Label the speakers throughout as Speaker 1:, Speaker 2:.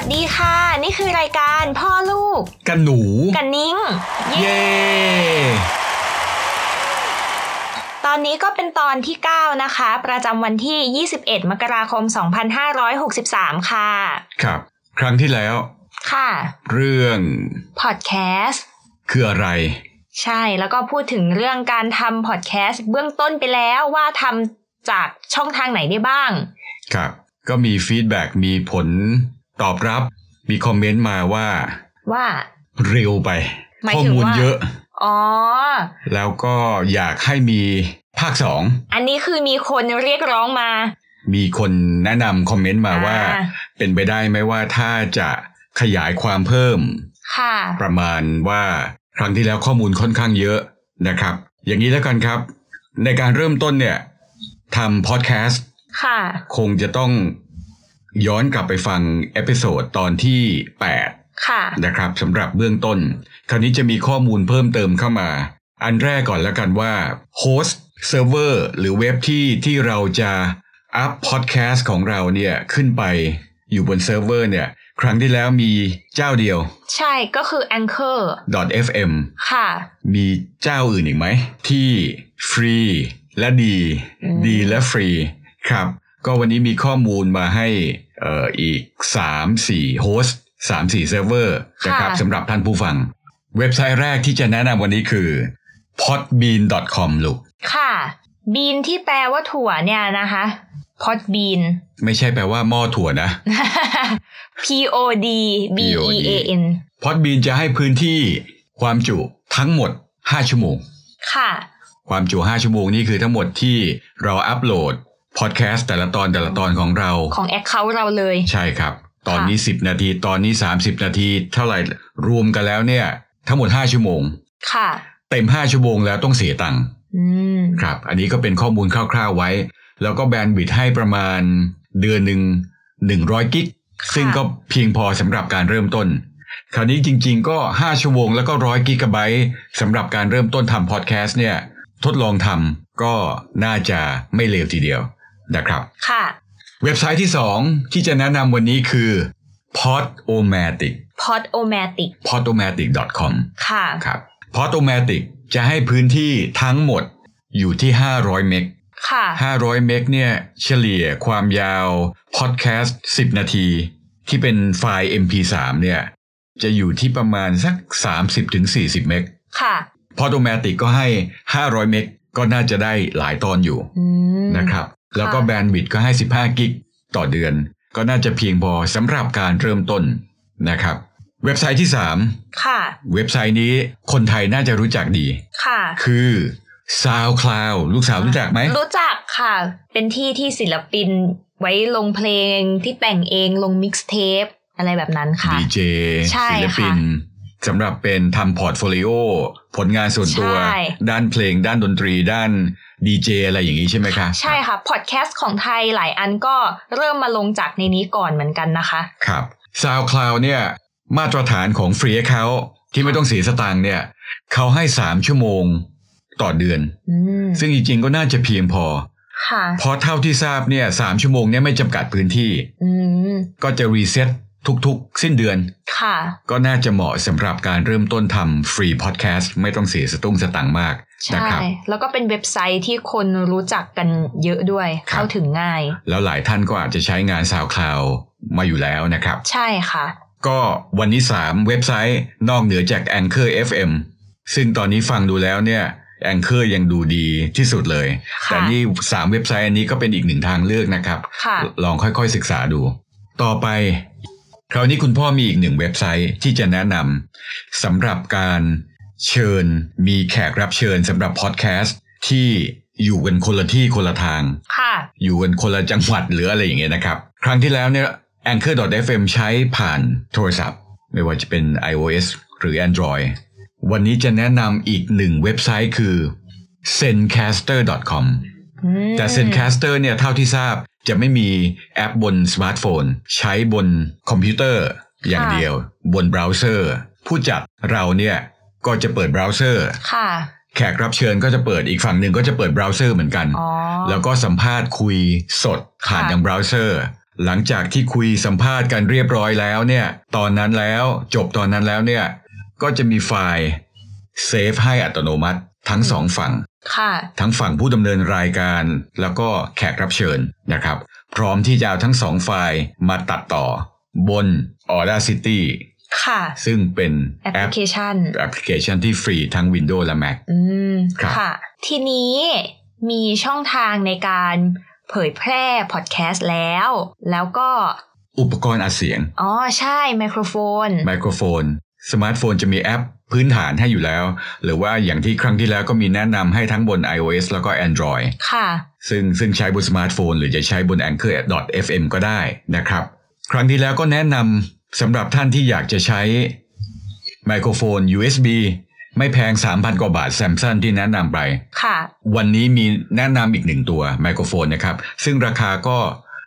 Speaker 1: สดีค่ะ นี่คือรายการพ่อลูก
Speaker 2: กันหนู
Speaker 1: กันนิ้ง
Speaker 2: เย้
Speaker 1: ตอนนี้ก็เป็นตอนที่ 9 นะคะ ประจำวันที่ 21 มกราคม 2563 ค่ะ
Speaker 2: ครับ ครั้งที่แล้ว
Speaker 1: ค่ะ
Speaker 2: เรื่อง
Speaker 1: พอดแคสต์
Speaker 2: คืออะไร
Speaker 1: ใช่แล้วก็พูดถึงเรื่องการทำพอดแคสต์เบื้องต้นไปแล้วว่าทำจากช่องทางไหนได้บ้าง
Speaker 2: ครับ ก็มีฟีดแบ็กมีผลตอบรับ มีคอมเมนต์มาว่า
Speaker 1: ว่า
Speaker 2: เร็วไป
Speaker 1: หมาย
Speaker 2: ข้อ
Speaker 1: ถึง
Speaker 2: มูล
Speaker 1: ว่า
Speaker 2: เยอะ
Speaker 1: อ๋อ
Speaker 2: แล้วก็อยากให้มีภาคสอง
Speaker 1: อันนี้คือมีคนเรียกร้องมา
Speaker 2: มีคนแนะนำคอมเมนต์มาว่า
Speaker 1: อ่
Speaker 2: เป็นไปได้ไหมว่าถ้าจะขยายความเพิ่ม
Speaker 1: ค่ะ
Speaker 2: ประมาณว่าครั้งที่แล้วข้อมูลค่อนข้างเยอะนะครับ อย่างนี้แล้วกันครับ ในการเริ่มต้นเนี่ยทำพอดแคสต์
Speaker 1: ค่ะ
Speaker 2: คงจะต้องย้อนกลับไปฟังเอพิโซดตอนที่ 8
Speaker 1: ค่ะ
Speaker 2: นะครับสำหรับเบื้องต้น คราวนี้จะมีข้อมูลเพิ่มเติมเข้ามา อันแรกก่อนแล้วกันว่าโฮสต์เซิร์ฟเวอร์หรือเว็บที่ที่เราจะอัพพอดแคสต์ของเราเนี่ยขึ้นไปอยู่บนเซิร์ฟเวอร์เนี่ยครั้งที่แล้วมีเจ้าเดียว
Speaker 1: ใช่ก็คือ Anchor
Speaker 2: .fm
Speaker 1: ค่ะ
Speaker 2: มีเจ้าอื่นอีกไหม ที่ฟรีและดี
Speaker 1: อืม
Speaker 2: ดีและฟรีครับ ก็วันนี้มีข้อมูลมาให้เอ่ออีก 3 4 โฮสต์3 4 เซิร์ฟเวอร์นะครับ
Speaker 1: ค่ะ
Speaker 2: สำหรับท่านผู้ฟัง เว็บไซต์แรกที่จะแนะนำวันนี้คือ podbean.com ลูก
Speaker 1: ค่ะ บีนที่แปลว่าถั่วเนี่ยนะคะ พอดบีน
Speaker 2: ไม่ใช่แปลว่าหม้อถั่วนะ
Speaker 1: P O D B E A N
Speaker 2: podbean จะให้พื้นที่ความจุทั้งหมด 5 ชั่วโมง
Speaker 1: ค่ะ
Speaker 2: ความจุ 5 ชั่วโมงนี่คือทั้งหมดที่เราอัปโหลดพอดแคสต์แต่ละตอนแต่ละตอนของเรา
Speaker 1: ของ Account เราเลย
Speaker 2: ใช่ครับ ตอนนี้ 10 นาที ตอนนี้ 30 นาที เท่าไหร่ รวมกันแล้วเนี่ย ทั้งหมด 5 ชั่วโมง
Speaker 1: ค่ะ
Speaker 2: เต็ม 5 ชั่วโมงแล้วต้องเสียตังค์
Speaker 1: อืม
Speaker 2: ครับ อันนี้ก็เป็นข้อมูลคร่าวๆไว้ แล้วก็แบนด์วิดต์ให้ประมาณเดือนหนึ่ง100 กิก
Speaker 1: ค่ะ
Speaker 2: ซึ่งก็เพียงพอสำหรับการเริ่มต้น คราวนี้จริงๆ ก็ 5 ชั่วโมงแล้วก็ 100 กิกะไบต์สำหรับการเริ่มต้นทำพอดแคสต์เนี่ย ทดลองทำก็น่าจะไม่เลวทีเดียวนะครับ
Speaker 1: ค่ะ
Speaker 2: เว็บไซต์ที่ 2 ที่จะแนะนำวันนี้คือ podomatic
Speaker 1: Podomatic
Speaker 2: podomatic.com
Speaker 1: ค่ะ
Speaker 2: ครับ podomatic จะให้พื้นที่ทั้งหมดอยู่ที่ 500 เมก
Speaker 1: ค่ะ
Speaker 2: 500 เมกเนี่ยเฉลี่ยความยาว podcast 10 นาที ที่เป็นไฟล์ mp3 เนี่ย จะอยู่ที่ประมาณสัก 30-40 เมก
Speaker 1: ค่ะ
Speaker 2: podomatic ก็ให้ 500 เมกก็น่าจะได้หลายตอนอยู่
Speaker 1: อืม
Speaker 2: นะครับแล้วก็
Speaker 1: ค่ะ
Speaker 2: แบนด์วิดต์ก็ให้ 15 กิกต่อเดือน ก็น่าจะเพียงพอสำหรับการเริ่มต้นนะครับ เว็บไซต์ที่
Speaker 1: ค่ะ
Speaker 2: 3 เว็บไซต์นี้คนไทยน่าจะรู้จักดี
Speaker 1: ค่ะ
Speaker 2: คือ SoundCloud ลูกสาวรู้จักไหม
Speaker 1: รู้จักค่ะ เป็นที่ที่ศิลปินไว้ลงเพลงที่แต่งเองลงมิกซ์เทปอะไรแบบนั้นค่ะ
Speaker 2: ดีเจ
Speaker 1: ใช่
Speaker 2: ศิลปินสำหรับเป็นทำพอร์ตโฟลิโอผลงานส่วนตัว
Speaker 1: ใช่
Speaker 2: ด้านเพลง ด้านดนตรี ด้านดีเจอะไรอย่างนี้ใช่ไหมคะ
Speaker 1: ใช่ค่ะ พอดแคสต์ของไทยหลายอันก็เริ่มมาลงจากในนี้ก่อนเหมือนกันนะคะ
Speaker 2: ครับ SoundCloud เนี่ยมาตรฐานของฟรีเขาที่ไม่ต้องเสียสตางค์เนี่ยเขาให้ 3 ชั่วโมงต่อเดือน
Speaker 1: อืม
Speaker 2: ซึ่งจริงๆก็น่าจะเพียงพอ
Speaker 1: ค่ะ
Speaker 2: เพราะเท่าที่ทราบเนี่ยสามชั่วโมงเนี่ยไม่จำกัดพื้นที่
Speaker 1: อืม
Speaker 2: ก็จะรีเซ็ตทุกๆ สิ้นเดือน
Speaker 1: ค่ะ
Speaker 2: ก็น่าจะเหมาะสำหรับการเริ่มต้นทำฟรีพอดแคสต์ไม่ต้องเสียสตุ้งสตังค์มากนะ
Speaker 1: ใช่
Speaker 2: ครับ
Speaker 1: แล้วก็เป็นเว็บไซต์ที่คนรู้จักกันเยอะด้วย
Speaker 2: ครับ
Speaker 1: เข้าถึงง่าย
Speaker 2: แล้วหลายท่านก็อาจจะใช้งาน SoundCloud มาอยู่แล้วนะครับ
Speaker 1: ใช่ค่ะ
Speaker 2: ก็วันนี้ 3 เว็บไซต์นอกเหนือจาก Anchor FM ซึ่งตอนนี้ฟังดูแล้วเนี่ย Anchor ยังดูดีที่สุดเลย
Speaker 1: ค่ะ
Speaker 2: แต่นี่ 3 เว็บไซต์อันนี้ก็เป็นอีกหนึ่งทางเลือกนะครับ
Speaker 1: ค่ะ
Speaker 2: ลองค่อยๆศึกษาดู ต่อไป คราวนี้คุณพ่อมีอีกหนึ่งเว็บไซต์ที่จะแนะนำสำหรับการเชิญมีแขกรับเชิญสำหรับพอดแคสต์ที่อยู่กันคนละที่คนละทาง
Speaker 1: ค่ะ
Speaker 2: อยู่กันคนละจังหวัดหรืออะไรอย่างเงี้ยนะครับ ครั้งที่แล้วเนี่ย Anchor.fm ใช้ผ่านโทรศัพท์ ไม่ว่าจะเป็น iOS หรือ Android วันนี้จะแนะนำอีกหนึ่งเว็บไซต์คือ zencaster.com
Speaker 1: อืม
Speaker 2: แต่ zencaster เนี่ยเท่าที่ทราบจะไม่มีแอปบนสมาร์ทโฟน ใช้บนคอมพิวเตอร์อย่างเดียว บนเบราว์เซอร์ ผู้จัดเราเนี่ยก็จะเปิดเบราว์เซอร์
Speaker 1: ค่ะ
Speaker 2: แขกรับเชิญก็จะเปิดอีกฝั่งหนึ่งก็จะเปิดเบราว์เซอร์เหมือนกัน
Speaker 1: อ๋อ
Speaker 2: แล้วก็สัมภาษณ์คุยสดผ่าน
Speaker 1: ค่ะ
Speaker 2: ทางเบราว์เซอร์ หลังจากที่คุยสัมภาษณ์กันเรียบร้อยแล้วเนี่ย ตอนนั้นแล้วจบตอนนั้นแล้วเนี่ย ก็จะมีไฟล์เซฟให้อัตโนมัติทั้งสองฝั่ง
Speaker 1: ค่ะ
Speaker 2: ทั้งฝั่งผู้ดำเนินรายการแล้วก็แขกรับเชิญนะครับ พร้อมที่จะเอาทั้งสองไฟล์มาตัดต่อ บน Audacity
Speaker 1: ค่ะ
Speaker 2: ซึ่งเป็น
Speaker 1: แอปพลิเคชัน
Speaker 2: แอปพลิเคชันที่ฟรีทั้ง Windows และ Mac
Speaker 1: อืม
Speaker 2: ครับ
Speaker 1: ค่ะ ทีนี้มีช่องทางในการเผยแพร่พอดแคสต์แล้ว แล้วก็
Speaker 2: อุปกรณ์อัดเสียง
Speaker 1: อ๋อ ใช่ ไมโครโฟน
Speaker 2: ไมโครโฟน สมาร์ทโฟนจะมีแอปพื้นฐานให้อยู่แล้ว หรือว่าอย่างที่ครั้งที่แล้วก็มีแนะนำให้ทั้งบน iOS แล้วก็ Android
Speaker 1: ค่ะ
Speaker 2: ซึ่งซึ่งใช้บนสมาร์ทโฟน หรือจะใช้บน anchor.fm ก็ได้นะครับ ครั้งที่แล้วก็แนะนำสำหรับท่านที่อยากจะใช้ไมโครโฟน USB ไม่แพง 3,000 กว่าบาทแซมซั n ที่แนะนำไป
Speaker 1: ค่ะ
Speaker 2: วันนี้มีแนะนำอีกหนึ่งตัวไมโครโฟนนะครับ ซึ่งราคาก็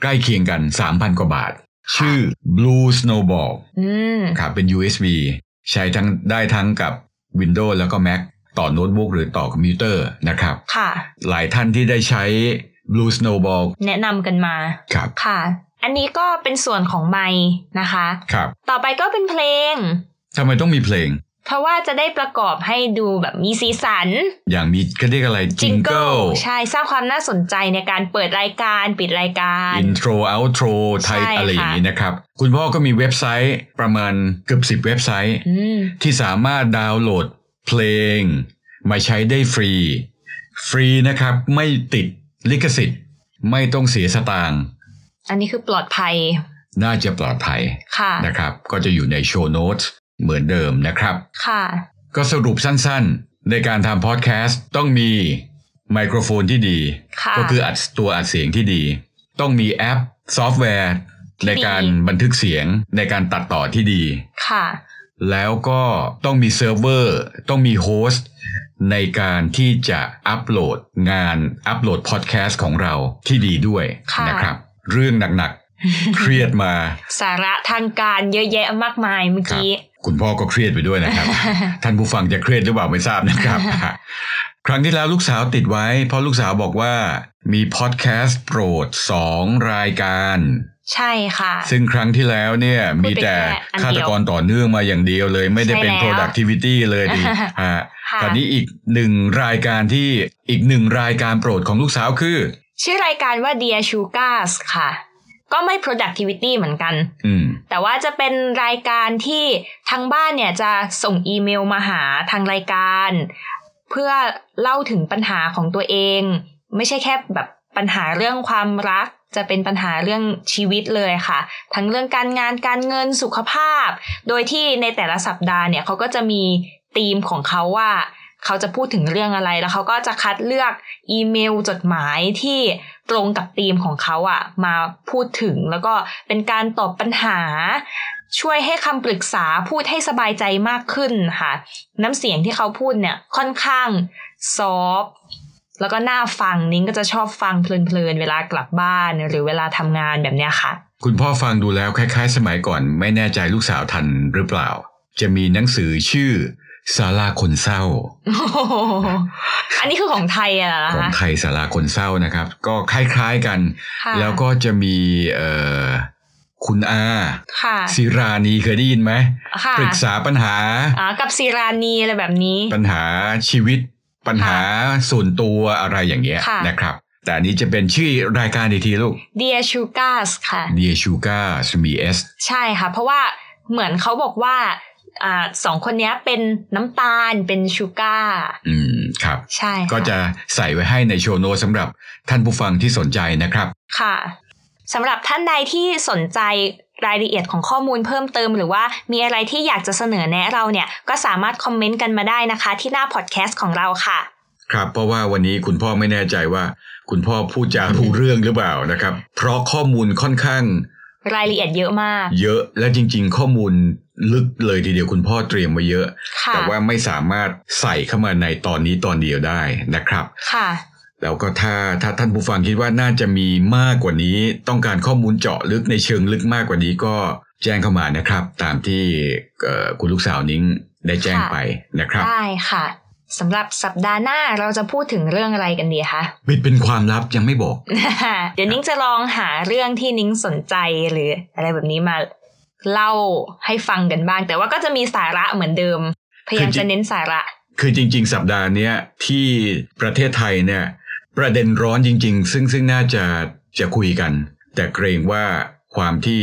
Speaker 2: ใกล้เคียงกัน 3,000 กว่าบาท ชื่อ Blue Snowball
Speaker 1: อืม
Speaker 2: ครับเป็น USB ใช้ทั้งได้ทั้งกับ Windows แล้วก็ Mac ต่อโน้ตบุ๊กหรือต่อคอมพิวเตอร์นะครับ
Speaker 1: ค่ะ
Speaker 2: หลายท่านที่ได้ใช้ Blue Snowball
Speaker 1: แนะนำกันมา
Speaker 2: ครับ
Speaker 1: ค่ะ อันนี้ก็เป็นส่วนของไมค์นะคะ
Speaker 2: ครับ
Speaker 1: ต่อไปก็เป็นเพลง
Speaker 2: ทำไมต้องมีเพลง
Speaker 1: เพราะว่าจะได้ประกอบให้ดูแบบมีสีสัน
Speaker 2: อย่างมีเขาเรียกอะไร จิง
Speaker 1: Jingle
Speaker 2: เกิล
Speaker 1: ใช่ สร้างความน่าสนใจในการเปิดรายการปิดรายการ
Speaker 2: อินโทรอัลโทรไทย
Speaker 1: ใช่ค่ะ
Speaker 2: อะไรอย่างนี้นะครับ คุณพ่อก็มีเว็บไซต์ประมาณเกือบสิบ10 เว็บไซต์
Speaker 1: อืม
Speaker 2: ที่สามารถดาวน์โหลดเพลง มาใช้ได้ฟรี ฟรีนะครับ ไม่ติดลิขสิทธิ์ ไม่ต้องเสียสตางค์
Speaker 1: อันนี้คือปลอดภัย
Speaker 2: น่าจะปลอดภัย
Speaker 1: ค่ะ
Speaker 2: นะครับ ก็จะอยู่ในโชว์โน้ตเหมือนเดิมนะครับ
Speaker 1: ค่ะ
Speaker 2: ก็สรุปสั้นๆ ในการทำพอดแคสต์ต้องมีไมโครโฟนที่ดี
Speaker 1: ค่ะ
Speaker 2: ก็คืออัดตัวอัดเสียงที่ดี ต้องมีแอปซอฟต์แวร์ ในการ
Speaker 1: ดี
Speaker 2: บันทึกเสียงในการตัดต่อที่ดี
Speaker 1: ค่ะ
Speaker 2: แล้วก็ต้องมีเซิร์ฟเวอร์ ต้องมีโฮสต์ในการที่จะอัปโหลดงานอัปโหลดพอดแคสต์ของเราที่ดีด้วย
Speaker 1: ค่ะ
Speaker 2: นะครับ เรื่องหนักๆ เครียดมา
Speaker 1: สาระทางการเยอะแยะมากมายเมื่อ
Speaker 2: ครับ
Speaker 1: กี้
Speaker 2: คุณพ่อก็เครียดไปด้วย นะครับ ท่านผู้ฟังจะเครียดหรือเปล่าไม่ทราบนะครับ ครั้งที่แล้วลูกสาวติดไว้ เพราะลูกสาวบอกว่ามีพอดแคสต์โปรด 2 รายการ
Speaker 1: ใช่ค่ะ
Speaker 2: ซึ่งครั้งที่แล้วเนี่ย
Speaker 1: พู
Speaker 2: มี
Speaker 1: ดไป
Speaker 2: แต่
Speaker 1: แค่อันเดียว
Speaker 2: ฆาตกรต่อเนื่องมาอย่างเดียวเลย ไม่ได้เป็น
Speaker 1: ใช่แล้ว
Speaker 2: productivity เลยดีฮะ
Speaker 1: ค่ะ
Speaker 2: ตอนนี้อีกหนึ่งรายการที่อีกหนึ่งรายการโปรดของลูกสาวคือ
Speaker 1: ชื่อรายการว่า Dear Sugars ค่ะ ก็ไม่ productivity เหมือนกัน
Speaker 2: อืม
Speaker 1: แต่ว่าจะเป็นรายการที่ทางบ้านเนี่ยจะส่งอีเมลมาหาทางรายการ เพื่อเล่าถึงปัญหาของตัวเอง ไม่ใช่แค่แบบปัญหาเรื่องความรัก จะเป็นปัญหาเรื่องชีวิตเลยค่ะ ทั้งเรื่องการงานการเงินสุขภาพ โดยที่ในแต่ละสัปดาห์เนี่ยเขาก็จะมีธีมของเขาว่า เขาจะพูดถึงเรื่องอะไรแล้วเขาก็จะคัดเลือกอีเมลจดหมายที่ตรงกับธีมของเขาอะ่ะ มาพูดถึงแล้วก็เป็นการตอบปัญหา ช่วยให้คำปรึกษาพูดให้สบายใจมากขึ้นค่ะ น้ำเสียงที่เขาพูดเนี่ยค่อนข้างซอฟต์แล้วก็น่าฟังนิ้งก็จะชอบฟังเพลินๆเวลากลับบ้านหรือเวลาทำงานแบบเนี้ยค่ะ
Speaker 2: คุณพ่อฟังดูแล้วคล้ายๆ สมัยก่อน ไม่แน่ใจลูกสาวทันหรือเปล่า จะมีหนังสือชื่อสาราคนเศร้า
Speaker 1: อันนี้คือของไทยอะนะ
Speaker 2: ของ
Speaker 1: คะ
Speaker 2: ไทยสาราคนเศร้านะครับ ก็คล้ายๆกัน
Speaker 1: ค่ะ
Speaker 2: แล้วก็จะมีเอ่อคุณอา
Speaker 1: ค่ะ
Speaker 2: ศิรานีเคยได้ยินไหม
Speaker 1: ค่ะ
Speaker 2: ปรึกษาปัญหา
Speaker 1: อ่ากับซีรานีอะไรแบบนี้
Speaker 2: ปัญหาชีวิต ปัญหาส่วนตัวอะไรอย่างเงี้ย
Speaker 1: ค่ะ
Speaker 2: นะครับ แต่อันนี้จะเป็นชื่อรายการอีกทีลูก
Speaker 1: Dear Sugars ค่ะ
Speaker 2: Dear Sugar มี S
Speaker 1: ใช่ค่ะ เพราะว่าเหมือนเขาบอกว่าอ่าสองคนเนี้ยเป็นน้ำตาลเป็นชูการ์
Speaker 2: อืมครับ
Speaker 1: ใช่ค่
Speaker 2: ก็จะใส่ไว้ให้ในโชว์โน้ตสำหรับท่านผู้ฟังที่สนใจนะครับ
Speaker 1: ค่ะสำหรับท่านใดที่สนใจรายละเอียดของข้อมูลเพิ่มเติม หรือว่ามีอะไรที่อยากจะเสนอแนะเราเนี่ย ก็สามารถคอมเมนต์กันมาได้นะคะ ที่หน้าพอดแคสต์ของเราค่ะ
Speaker 2: ครับ เพราะว่าวันนี้คุณพ่อไม่แน่ใจว่า คุณพ่อพูดจารู้เรื่องหรือเปล่านะครับ เพราะข้อมูลค่อนข้าง
Speaker 1: รายละเอียดเยอะมาก
Speaker 2: เยอะและจริง ๆ ข้อมูลลึกเลยทีเดียวคุณพ่อเตรียมไว้เยอะ
Speaker 1: ค่ะ
Speaker 2: แต่ว่าไม่สามารถใส่เข้ามาในตอนนี้ตอนเดียวได้นะครับ
Speaker 1: ค่ะ
Speaker 2: แล้วก็ถ้าถ้าท่านผู้ฟังคิดว่าน่าจะมีมากกว่านี้ ต้องการข้อมูลเจาะลึกในเชิงลึกมากกว่านี้ก็แจ้งเข้ามานะครับ ตามที่เอ่อคุณลูกสาวนิ้งได้แจ้ง
Speaker 1: ค่ะ
Speaker 2: ไปนะครับ
Speaker 1: ได้ค่ะ สำหรับสัปดาห์หน้าเราจะพูดถึงเรื่องอะไรกันดีคะ
Speaker 2: ปิดเป็นความลับยังไม่บอก
Speaker 1: เดี๋ยวนิ้งจะลองหาเรื่องที่นิ้งสนใจหรือ อะไรแบบนี้มาเล่าให้ฟังกันบ้าง แต่ว่าก็จะมีสาระเหมือนเดิม พยายามจะเน้นสาระ
Speaker 2: คือจริง ๆ สัปดาห์เนี้ยที่ประเทศไทยเนี่ยประเด็นร้อนจริง ๆ ซึ่งซึ่งน่าจะจะคุยกัน แต่เกรงว่าความที่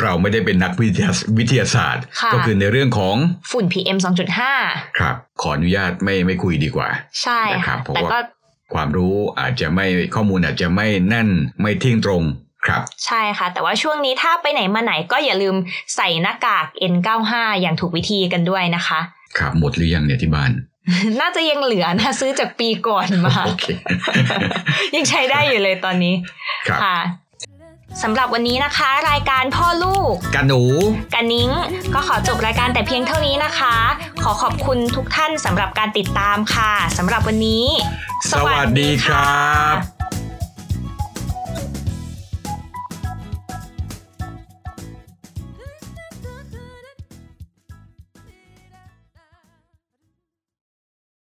Speaker 2: เราไม่ได้เป็นนักวิทยาวิทยาศาสตร์
Speaker 1: ค่ะ
Speaker 2: ก็คือในเรื่องของ
Speaker 1: ฝุ่น PM 2.5
Speaker 2: ครับ ขออนุญาตไม่ไม่คุยดีกว่า
Speaker 1: ใช่
Speaker 2: นะครั
Speaker 1: ค่ะ
Speaker 2: บเพราะ
Speaker 1: แต่
Speaker 2: ว่า
Speaker 1: ก็
Speaker 2: ความรู้อาจจะไม่ข้อมูลอาจจะไม่แน่นไม่เที่ยงตรงครับ
Speaker 1: ใช่ค่ะ แต่ว่าช่วงนี้ถ้าไปไหนมาไหนก็อย่าลืมใส่หน้ากาก N95 อย่างถูกวิธีกันด้วยนะคะ
Speaker 2: ครับหมดหรือยังเนี่ยที่บ้าน
Speaker 1: น่าจะยังเหลือนะซื้อจากปีก่อน มา
Speaker 2: โอ เค
Speaker 1: ยังใช้ได้อยู่เลยตอนนี้
Speaker 2: ครับ
Speaker 1: ค่ะสำหรับวันนี้นะคะ รายการพ่อลูก
Speaker 2: กันหนู
Speaker 1: กันนิ้งก็ขอจบรายการแต่เพียงเท่านี้นะคะ ขอขอบคุณทุกท่านสำหรับการติดตามค่ะสำหรับวันนี้
Speaker 2: สวัสดีครับ